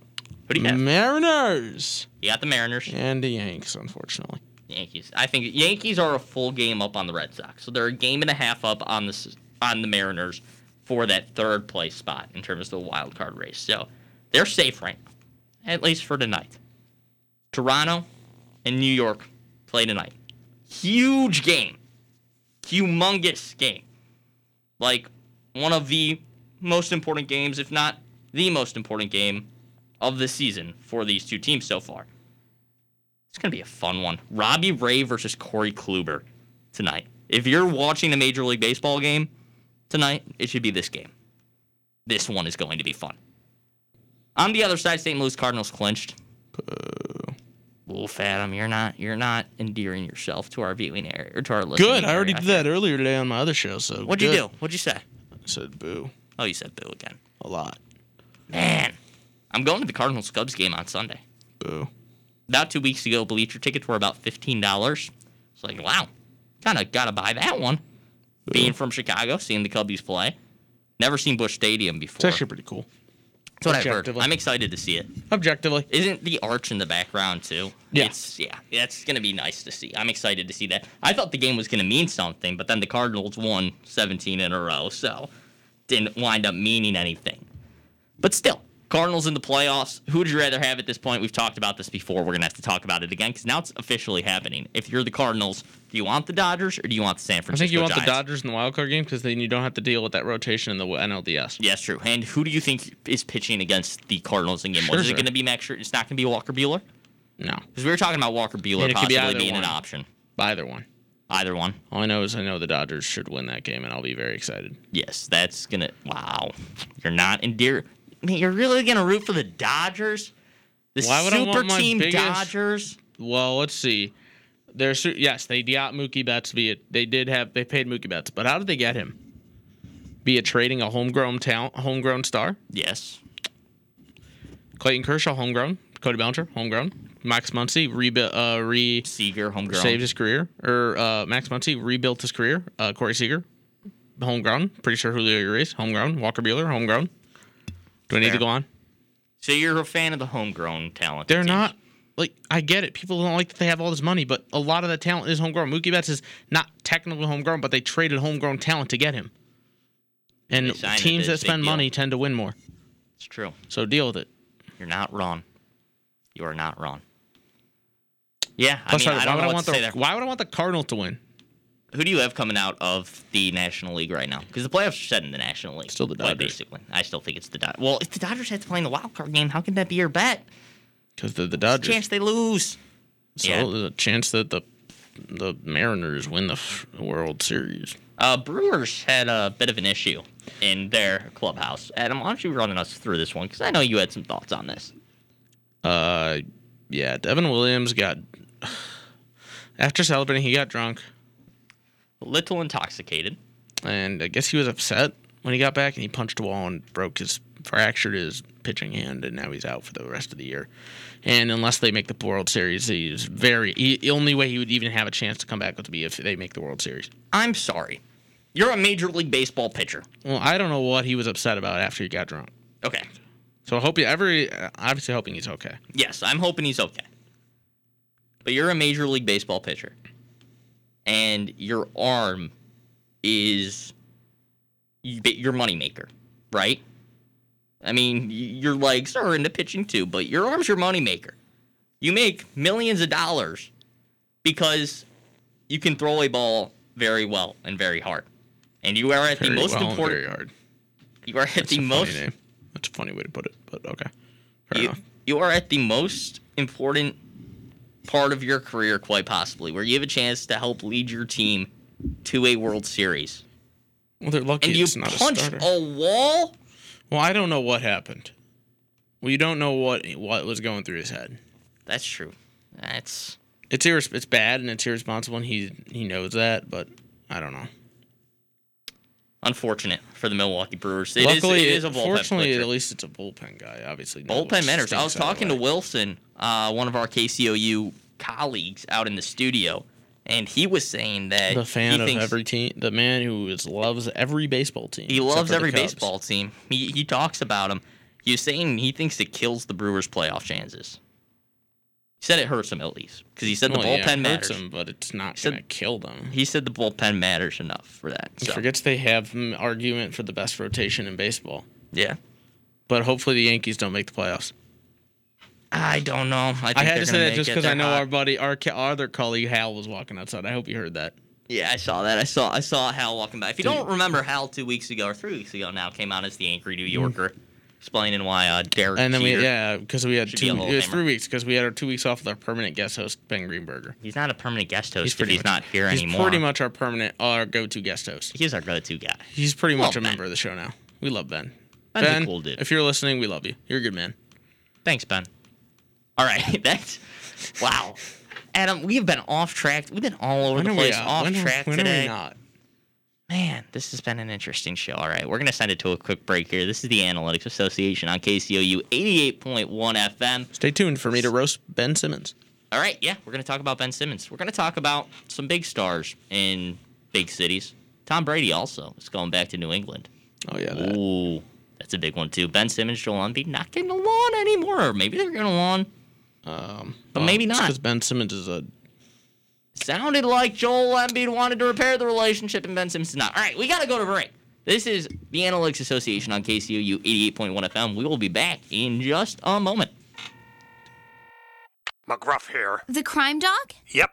Who do you
Mm.
have?
Mariners
You got the Mariners,
and the Yanks, unfortunately.
Yankees. I think Yankees are a full game up on the Red Sox, so they're a game and a half up on the s- on the Mariners for that third place spot in terms of the wild card race. So they're safe right now, at least for tonight. Toronto and New York play tonight. Huge game, humongous game, like one of the most important games, if not the most important game of the season for these two teams so far. It's gonna be a fun one. Robbie Ray versus Corey Kluber tonight. If you're watching a Major League Baseball game tonight, it should be this game. This one is going to be fun. On the other side, St. Louis Cardinals clinched. Wolf Adam, you're not you're not endearing yourself to our viewing area or to our listening.
Good. I already
area.
did that earlier today on my other show. So
What'd you do? What'd you say?
I said boo
Oh, you said boo again.
a lot.
Man, I'm going to the Cardinals Cubs game on Sunday.
Boo.
about two weeks ago, Bleacher tickets were about fifteen dollars. It's like, wow, kind of gotta buy that one. Being from Chicago, seeing the Cubbies play, never seen Bush Stadium before.
It's actually pretty cool.
That's what I've heard.
objectively-
I'm excited to see it.
Objectively,
Isn't the arch in the background too?
Yeah.
it's, yeah, that's gonna be nice to see. I'm excited to see that. I thought the game was gonna mean something, but then the Cardinals won 17 in a row, so didn't wind up meaning anything. But still, Cardinals in the playoffs. Who would you rather have at this point? We've talked about this before. We're gonna have to talk about it again because now it's officially happening. If you're the Cardinals, do you want the Dodgers or do you want the San
I
Francisco?
think you want the
Giants?
Dodgers in the wild card game because then you don't have to deal with that rotation in the NLDS.
Yes, true. And who do you think is pitching against the Cardinals in game one?
Scherzer.
Is it gonna be Max? Scher- It's not gonna be Walker Bueller.
No,
Because we were talking about Walker Bueller
mean, it could be
possibly
either
being an
one.
option.
either one.
Either one.
All I know is I know the Dodgers should win that game, and I'll be very excited.
Yes, that's gonna. Wow, you're not endear. I mean, you're really gonna root for the Dodgers? The
Why would I
super
want my
team
biggest-
Dodgers?
Well, let's see. They're su- yes, they got Mookie Betts via they did have they paid Mookie Betts, but how did they get him? Via trading a homegrown talent, homegrown star,
Yes.
Clayton Kershaw, homegrown, Cody Bellinger, homegrown, Max Muncy, rebu- uh, re
Seager, homegrown.
saved his career, or uh, Max Muncy rebuilt his career, uh, Corey Seager, homegrown, pretty sure Julio Urias, homegrown, Walker Bueller, homegrown. Do I need to
Fair.
go on?
So you're a fan of the homegrown talent?
They're not like I get it. People don't like that they have all this money, but a lot of that talent is homegrown. Mookie Betts is not technically homegrown, but they traded homegrown talent to get him. And
They signed it,
teams
it's a
that spend
big deal.
money tend to win more.
It's true.
So deal with it.
You're not wrong. You are not wrong. Yeah, I
Plus,
mean, I
I- why
don't
would
know
I
what
want
to
the
say there.
Why would I want the Cardinals to win?
Who do you have coming out of the National League right now? Because the playoffs are set in the National League.
Still the
Quite
Dodgers.
Basically. I still think it's the Dodgers. Well, if the Dodgers have to play in the wild card game, how can that be your bet?
Because they're the
There's a
Dodgers.
chance they lose.
So
yeah.
there's a chance that the the Mariners win the f- World Series.
Uh, Brewers had a bit of an issue in their clubhouse. Adam, why don't you run us through this one? Because I know you had some thoughts on this.
Uh, yeah. Devin Williams got after celebrating, he got drunk.
A little intoxicated.
and I guess he was upset when he got back and he punched a wall and broke his fractured his pitching hand and now he's out for the rest of the year. And unless they make the World Series, he's very he, the only way he would even have a chance to come back would be if they make the World Series.
I'm sorry. You're a Major League Baseball pitcher.
Well, I don't know what he was upset about after he got drunk.
Okay.
So I hope he every uh, obviously hoping he's okay.
Yes, I'm hoping he's okay. But you're a Major League Baseball pitcher, and your arm is y- your moneymaker, right? I mean, y- your legs are into pitching too, but your arm's your moneymaker. You make millions of dollars because you can throw a ball very well and very hard. And you are at the
Very
most
well and
important.
very hard.
You are at
That's
the
a
most
funny name. That's a funny way to put it, but okay. Fair
you,
enough.
you are at the most important part of your career, quite possibly, where you have a chance to help lead your team to a World Series.
Well, they're lucky
And
it's
you
not a
punch
starter.
a, wall?
Well, I don't know what happened. Well, you don't know what what was going through his head.
That's true. That's
It's irres- it's bad and it's irresponsible, and he he knows that. But I don't know.
unfortunate for the Milwaukee Brewers. It is
Luckily,
it is a bullpen
fortunately,
pitcher.
at least it's a bullpen guy. Obviously, no
bullpen matters. I was
stinks out of
talking to
whack.
Wilson, uh, one of our KCOU colleagues out in the studio, and he was saying that
the fan
he
of
thinks
every team, the man who is, loves every baseball team.
He
except
loves
for the
every
Cubs.
baseball team. He he talks about him. He was saying he thinks it kills the Brewers' playoff chances. He said it hurts him at least because he said
Well,
the
yeah, it
bullpen matters.
hurts him, but it's not
Said-
gonna kill them.
He said the bullpen matters enough for that.
He
so,
forgets they have an argument for the best rotation in baseball.
Yeah,
But hopefully, the Yankees don't make the playoffs.
I don't know. I, think
I had
they're
to say
gonna
that
make
just
it.
because I
They're
know
hot.
our buddy, our ca- our other colleague Hal was walking outside. I hope you heard that.
Yeah, I saw that. I saw I saw Hal walking by. If you don't remember, Hal two weeks ago or three weeks ago now came out as the angry New Yorker, explaining why uh, Derek
Mm-hmm. And then
Jeter-
we, yeah, because we had
Should be
two,
a Hall of
it was
Famer.
three weeks because we had our two weeks off with our permanent guest host Ben Greenberger.
he's not a permanent guest host if
pretty
he's
much-
not here
he's
anymore.
pretty much our permanent, our go-to guest host.
he's our go-to guy.
He's pretty much
Well,
a
Ben.
member of the show now. We love Ben.
Ben's a
ben,
cool dude.
if you're listening, we love you. You're a good man.
Thanks, Ben. All right, that's wow. Adam, we've been off track. We've been all over the place,
uh,
off
when are-
track
when are we
today.
not?
Man, this has been an interesting show. All right, we're gonna send it to a quick break here. This is the Analytics Association on KCOU 88.1 FM.
Stay tuned for me to roast Ben Simmons.
All right, yeah, we're gonna talk about Ben Simmons. We're gonna talk about some big stars in big cities. Tom Brady also is going back to New England.
Oh yeah, that.
Ooh, that's a big one too. Ben Simmons, Joel Embiid not getting along anymore. Or maybe they're getting along.
um,
but maybe not.
because Ben Simmons is a.
Sounded like Joel Embiid wanted to repair the relationship and Ben Simmons did not. All right, we got to go to break. This is the Analytics Association on KCOU 88.1 FM. We will be back in just a moment.
McGruff here.
The crime dog?
Yep.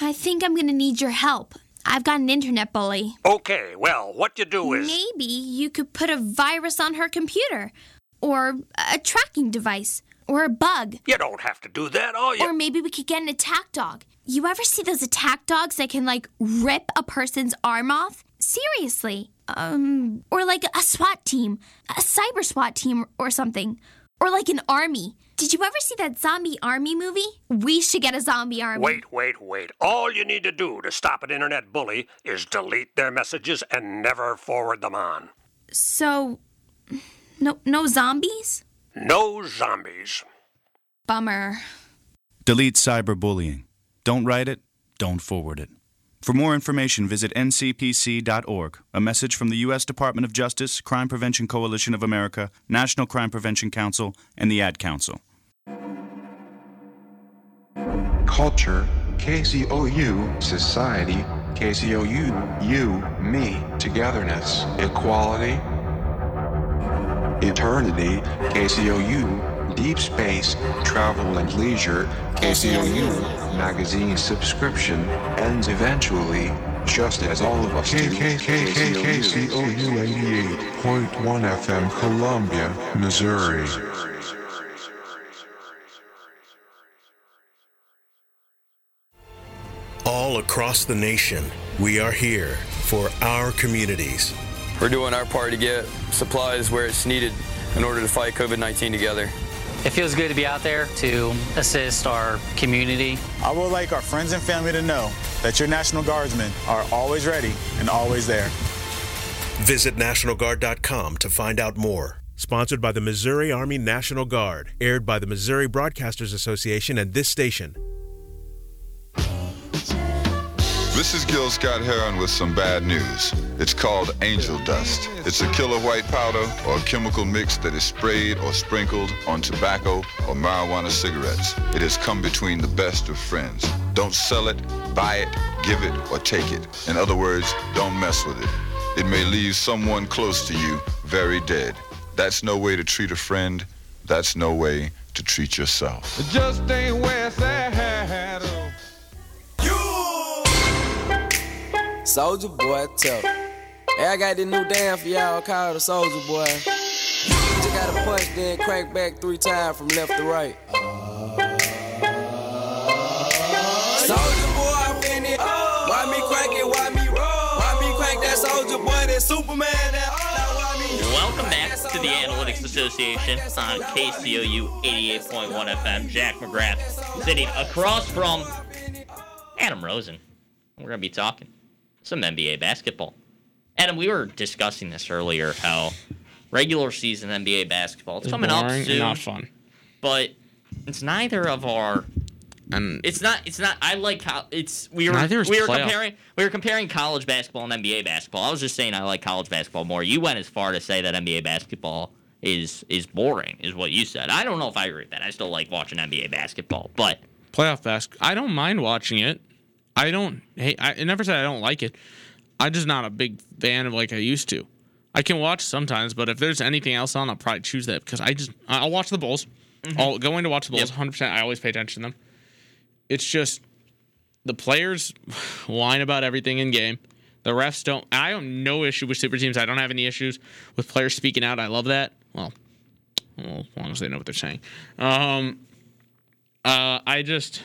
I think I'm gonna need your help. I've got an internet bully.
Okay, well, what you do is.
Maybe you could put a virus on her computer or a tracking device
or a bug.
You don't have to do that, all
Or
you?
maybe we could get an attack dog. You ever see those attack dogs that can like rip a person's arm off? Seriously. Um or like a SWAT team, a cyber SWAT team or something. Or like an army. Did you ever see that zombie army movie? We should get a zombie army.
Wait, wait, wait. All you need to do to stop an internet bully is delete their messages and never forward them on.
So no no zombies?
No zombies.
Bummer.
Delete cyberbullying. Don't write it, don't forward it. For more information, visit ncpc.org. A message from the U.S. Department of Justice, Crime Prevention Coalition of America, National Crime Prevention Council, and the Ad Council.
Culture, KCOU, society, KCOU, you, me, togetherness, equality, eternity, KCOU, deep space, travel and leisure, KCOU, magazine subscription, ends eventually, just as all of us do.
KKKKKCOU 88.1 FM Columbia, Missouri.
All across the nation, we are here for our communities.
We're doing our part to get supplies where it's needed in order to fight COVID 19 together.
It feels good to be out there to assist our community.
I would like our friends and family to know that your National Guardsmen are always ready and always there.
Visit NationalGuard.com to find out more. Sponsored by the Missouri Army National Guard, aired by the Missouri Broadcasters Association and this station.
This is Gil Scott Heron with some bad news. It's called angel dust. It's a killer white powder or a chemical mix that is sprayed or sprinkled on tobacco or marijuana cigarettes. It has come between the best of friends. Don't sell it, buy it, give it, or take it. In other words, don't mess with it. It may leave someone close to you very dead. That's no way to treat a friend. That's no way to treat yourself.
Just ain't where that
Soldier boy, tough. Hey, I got this new dance for y'all called the Soldier Boy. Just gotta punch, then crank back three times from left to right. Soldier boy, I'm in it. Why me crank it? Why me roll? Why me crank that Soldier boy? That Superman? That
Welcome back to the Analytics Association on KCOU 88.1 FM. Jack McGrath sitting across from Adam Rosen. We're going to be talking some NBA basketball. Adam, we were discussing this earlier how regular season NBA basketball is
It's
coming
boring
up
and
soon.
not fun.
But it's neither of our. it's not. It's not. I like how it's. We were.
Neither is
we were
playoff.
comparing. We were comparing college basketball and NBA basketball. I was just saying I like college basketball more. You went as far to say that NBA basketball is is boring, is what you said. I don't know if I agree with that. I still like watching NBA basketball, but
Playoff basketball. I don't mind watching it. I don't. Hey, I, I never said I don't like it. I'm just not a big fan of like I used to. I can watch sometimes, but if there's anything else on, I'll probably choose that because I just I- I'll watch the Bulls. I'll go in to watch the Bulls. 100. percent I always pay attention to them. It's just the players whine about everything in game. The refs don't. I have no issue with super teams. I don't have any issues with players speaking out. I love that. Well, well as long as they know what they're saying. Um, uh, I just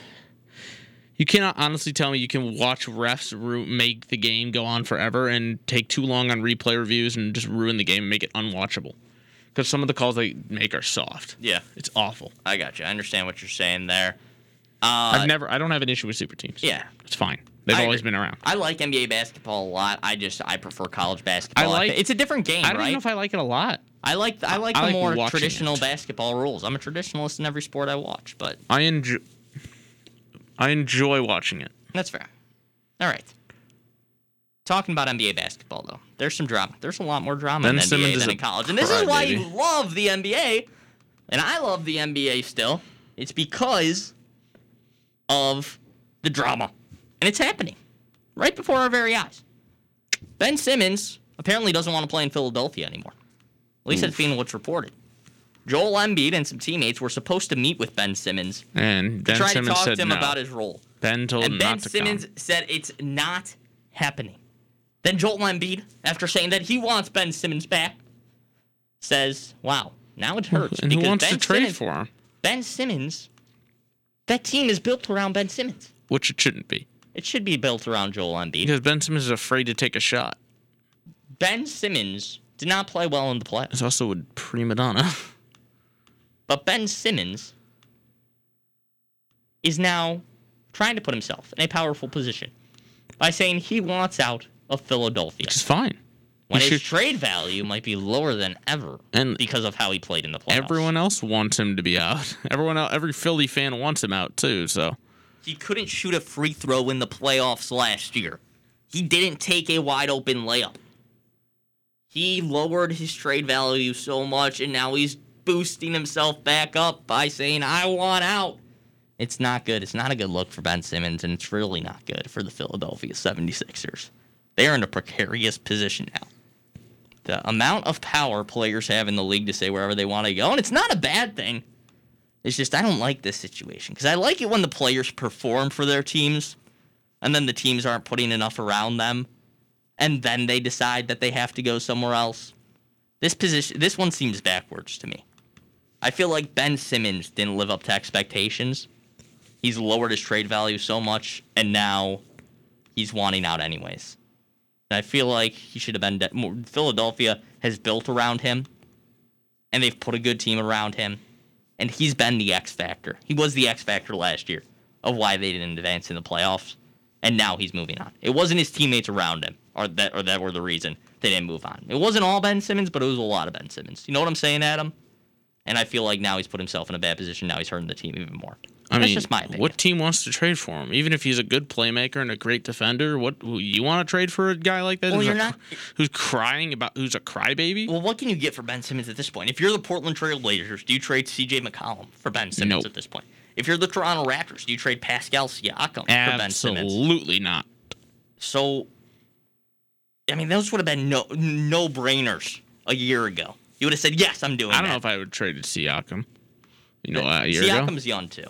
you cannot honestly tell me you can watch refs ru- make the game go on forever and take too long on replay reviews and just ruin the game and make it unwatchable. Because some of the calls they make are soft.
yeah,
it's awful.
I got you. I understand what you're saying there. Uh,
I've never. I don't have an issue with super teams.
Yeah.
it's fine. They've
I
always
agree.
been around.
I like NBA basketball a lot. I just I prefer college
I
basketball.
like.
it's a different game,
I don't
right?
even know if I like it a lot.
I like I like
I
the
like
more
watching
traditional
it.
basketball rules. I'm a traditionalist in every sport I watch, but
I enjoy. I enjoy watching it.
that's fair. All right. Talking about NBA basketball though, there's some drama. There's a lot more drama
Ben
in the
Simmons
NBA
is
than
a
in college, and this is why you
crybaby.
love the NBA, and I love the NBA still. It's because of the drama, and it's happening right before our very eyes. Ben Simmons apparently doesn't want to play in Philadelphia anymore. At least that's being what's reported. Joel Embiid and some teammates were supposed to meet with Ben Simmons
And
to
Ben
try
Simmons
to talk
said
to him
no.
about his role.
Ben told
And
him
Ben
not to
Simmons
come.
said it's not happening. Then Joel Embiid, after saying that he wants Ben Simmons back, says, "Wow, now it hurts."
And who
because
wants
ben
to trade
Simmons-
for him?
Ben Simmons, that team is built around Ben Simmons.
which it shouldn't be.
It should be built around Joel Embiid.
Because Ben Simmons is afraid to take a shot.
Ben Simmons did not play well in the playoffs,
It's also a prima donna.
but Ben Simmons is now trying to put himself in a powerful position by saying he wants out of Philadelphia.
It's fine.
When
You
his
should-
trade value might be lower than ever
And-
because of how he played in the playoffs.
Everyone else wants him to be out. Everyone, el every Philly fan wants him out too. So
He couldn't shoot a free throw in the playoffs last year. He didn't take a wide open layup. He lowered his trade value so much, and now he's boosting himself back up by saying, I want out. It's not good. It's not a good look for Ben Simmons, and it's really not good for the Philadelphia 76ers. They are in a precarious position now. The amount of power players have in the league to say wherever they want to go, and it's not a bad thing. It's just I don't like this situation because I like it when the players perform for their teams, and then the teams aren't putting enough around them, and then they decide that they have to go somewhere else. This position, this one seems backwards to me. I feel like Ben Simmons didn't live up to expectations. He's lowered his trade value so much, and now he's wanting out anyways. And I feel like he should have been. De- more- Philadelphia has built around him, and they've put a good team around him and he's been the X factor. He was the X factor last year of why they didn't advance in the playoffs, and now he's moving on. It wasn't his teammates around him, or that, or that were the reason they didn't move on. It wasn't all Ben Simmons, but it was a lot of Ben Simmons. You know what I'm saying, Adam? And I feel like now he's put himself in a bad position. Now he's hurting the team even more.
I
That's
mean,
just my opinion.
what team wants to trade for him? Even if he's a good playmaker and a great defender, what you want to trade for a guy like that?
Well,
who's
you're
a-
not-
Who's crying about? Who's a crybaby?
Well, what can you get for Ben Simmons at this point? If you're the Portland Trail Blazers, do you trade C.J. McCollum for Ben Simmons
Nope.
at this point? If you're the Toronto Raptors, do you trade Pascal Siakam for Ben Simmons?
Absolutely not.
So, I mean, those would have been no no brainers a year ago. You would have said, "Yes, I'm doing."
I don't know
that.
if I would trade Siakam. You know, a year ago.
Siakam's young too.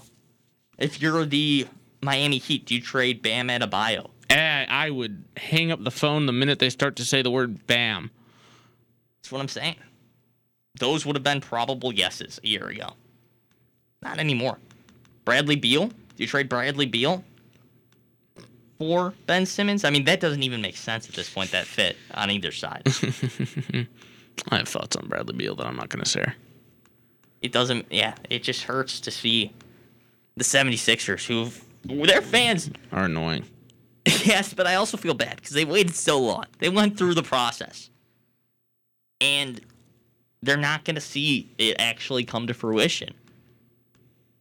If you're the Miami Heat, do you trade Bam Adebayo?
Eh, I would hang up the phone the minute they start to say the word "bam."
That's what I'm saying. Those would have been probable yeses a year ago. Not anymore. Bradley Beal? Do you trade Bradley Beal for Ben Simmons? I mean, that doesn't even make sense at this point. That fit on either side.
I have thoughts on Bradley Beal that I'm not going to share.
it doesn't yeah it just hurts to see the 76ers who their fans
Are annoying.
yes but i also feel bad because they waited so long they went through the process and they're not going to see it actually come to fruition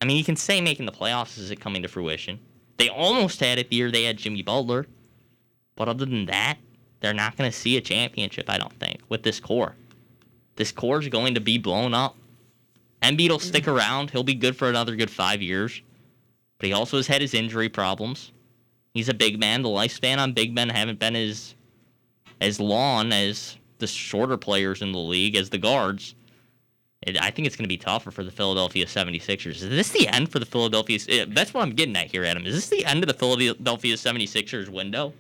i mean you can say making the playoffs is it coming to fruition they almost had it the year they had jimmy butler but other than that they're not going to see a championship i don't think with this core this core is going to be blown up Embiid will stick around. He'll be good for another good five years. But he also has had his injury problems. He's a big man. The lifespan on big men haven't been as as long as the shorter players in the league, as the guards. And I think it's going to be tougher for the Philadelphia 76ers. Is this the end for the Philadelphia? eh, That's what I'm getting at here, Adam. Is this the end of the Philadelphia 76ers window?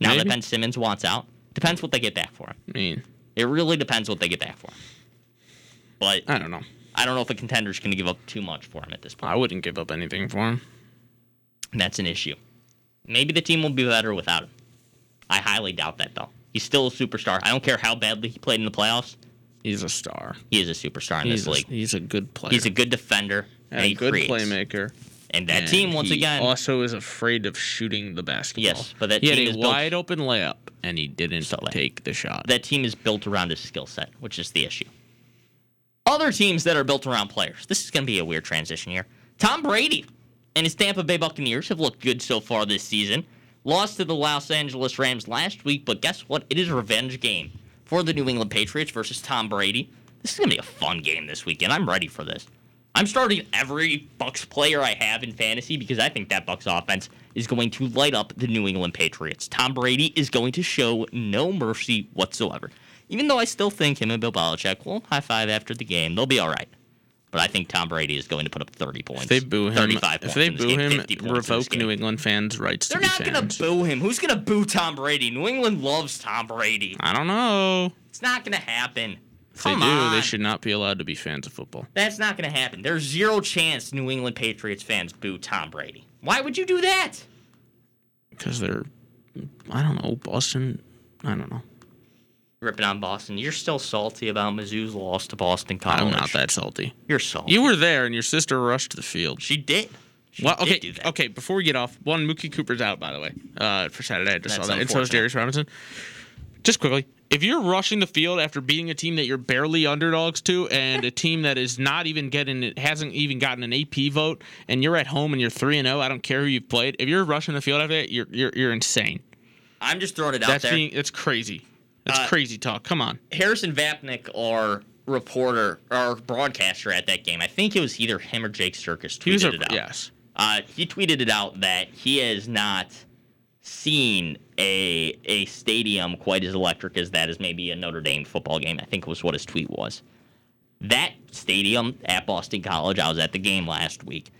Now that
Maybe.
Ben Simmons wants out? Depends what they get back for him.
I mean,
It really depends what they get back for him. But
I don't know.
I don't know if a contender's going to give up too much for him at this point.
I wouldn't give up anything for him.
And that's an issue. Maybe the team will be better without him. I highly doubt that, though. He's still a superstar. I don't care how badly he played in the playoffs.
He's a star.
He is a superstar in
He's
this
a,
league.
he's a good player.
He's a good defender.
And
and
a
he
good
creates.
playmaker.
And that team, once
he
again,
also is afraid of shooting the basketball.
Yes, but that
he
team
had
is
a
built-
wide open layup and he didn't take the shot.
that team is built around his skill set, which is the issue. Other teams that are built around players. This is going to be a weird transition here. Tom Brady and his Tampa Bay Buccaneers have looked good so far this season. Lost to the Los Angeles Rams last week, but guess what? It is a revenge game for the New England Patriots versus Tom Brady. This is going to be a fun game this weekend. I'm ready for this. I'm starting every Bucks player I have in fantasy because I think that Bucks offense is going to light up the New England Patriots. Tom Brady is going to show no mercy whatsoever. Even though I still think him and Bill Belichick will high five after the game, they'll be all right. But I think Tom Brady is going to put up 30 points.
if they boo him,
35
if
points
they
in this
boo
game,
him,
50 points in this
revoke
game.
New England fans' rights
They're
to be
not going
fans.
to boo him. Who's going to boo Tom Brady? New England loves Tom Brady.
I don't know.
It's not going to happen.
If they
Come
do, they
on.
should not be allowed to be fans of football.
That's not going to happen. There's zero chance New England Patriots fans boo Tom Brady. Why would you do that?
Because they're, I don't know, Boston. I don't know.
Ripping on Boston. You're still salty about Mizzou's loss to Boston College.
I'm not that salty.
You're salty.
You were there, and your sister rushed the field.
She did.
well, okay, okay. Before we get off, one Mookie Cooper's out, by the way, uh, for Saturday. I just
That's
saw that, and so is
unfortunate.
Darius Robinson. Just quickly, if you're rushing the field after beating a team that you're barely underdogs to, and a team that is not even getting, it hasn't even gotten an AP vote, and you're at home and you're three and zero, I don't care who you've played. If you're rushing the field after that, you're you're, you're insane.
I'm just throwing it out
That's
there.
being, that's crazy. That's
Uh,
crazy talk. Come on.
Harrison Vapnick, our reporter, our broadcaster at that game, I think it was either him or Jake Circus tweeted
He was a-
it out.
yes.
Uh, he tweeted it out that he has not seen a a stadium quite as electric as that is maybe a Notre Dame football game. I think was what his tweet was. That stadium at Boston College, I was at the game last week.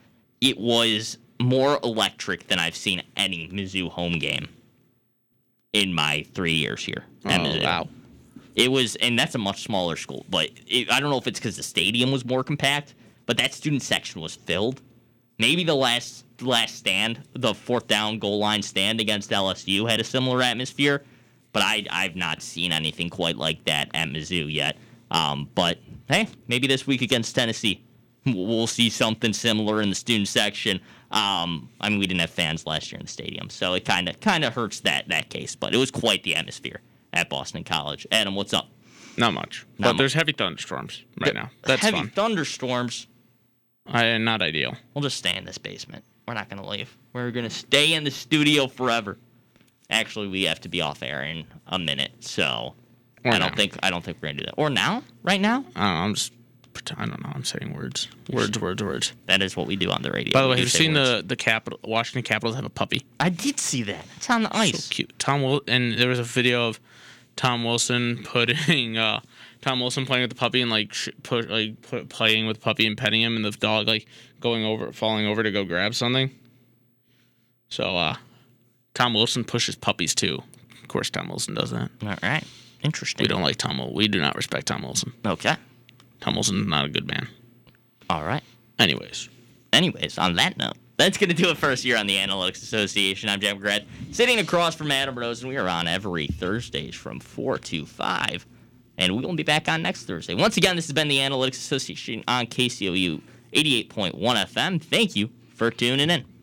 It was more electric than I've seen any Mizzou home game in my three years here. at
Oh,
Mizzou.
wow.
It was, and that's a much smaller school, but it, I don't know if it's because the stadium was more compact, but that student section was filled. Maybe the last last stand, the fourth down goal line stand against LSU had a similar atmosphere, but I I've not seen anything quite like that at Mizzou yet. Um, but hey, maybe this week against Tennessee, w- we'll see something similar in the student section. Um, I mean, we didn't have fans last year in the stadium, so it kind of kind of hurts that that case. But it was quite the atmosphere at Boston College. Adam, what's up?
Not much.
Not
but there's heavy thunderstorms right now. That's
heavy
fun.
thunderstorms.
I, not ideal.
We'll just stay in this basement. We're not gonna leave. We're gonna stay in the studio forever. Actually, we have to be off air in a minute, so
Or
I don't
now. Uh.
think I don't think we're gonna do that. Or now, right now.
I don't know, I'm just. I don't know. I'm saying words. Words, words, words.
That is what we do on the radio.
By the
We
way,
do
have you
say
seen
words.
the the Capitol, Washington Capitals have a puppy?
I did see that. It's on the ice.
So cute. Tom Wil- and there was a video of Tom Wilson putting uh, Tom Wilson playing with the puppy and like sh- put like put, playing with the puppy and petting him and the dog like going over falling over to go grab something. So uh, Tom Wilson pushes puppies too. Of course, Tom Wilson does that.
All right, interesting.
We don't like Tom. Wil- We do not respect Tom Wilson.
Okay.
Tom Wilson's not a good man.
All right.
Anyways.
Anyways, on that note, that's going to do it for us here on the Analytics Association. I'm Jeff McGrath, sitting across from Adam Rose, and we are on every Thursdays from 4 to 5. And we will be back on next Thursday. Once again, this has been the Analytics Association on KCOU 88.1 FM. Thank you for tuning in.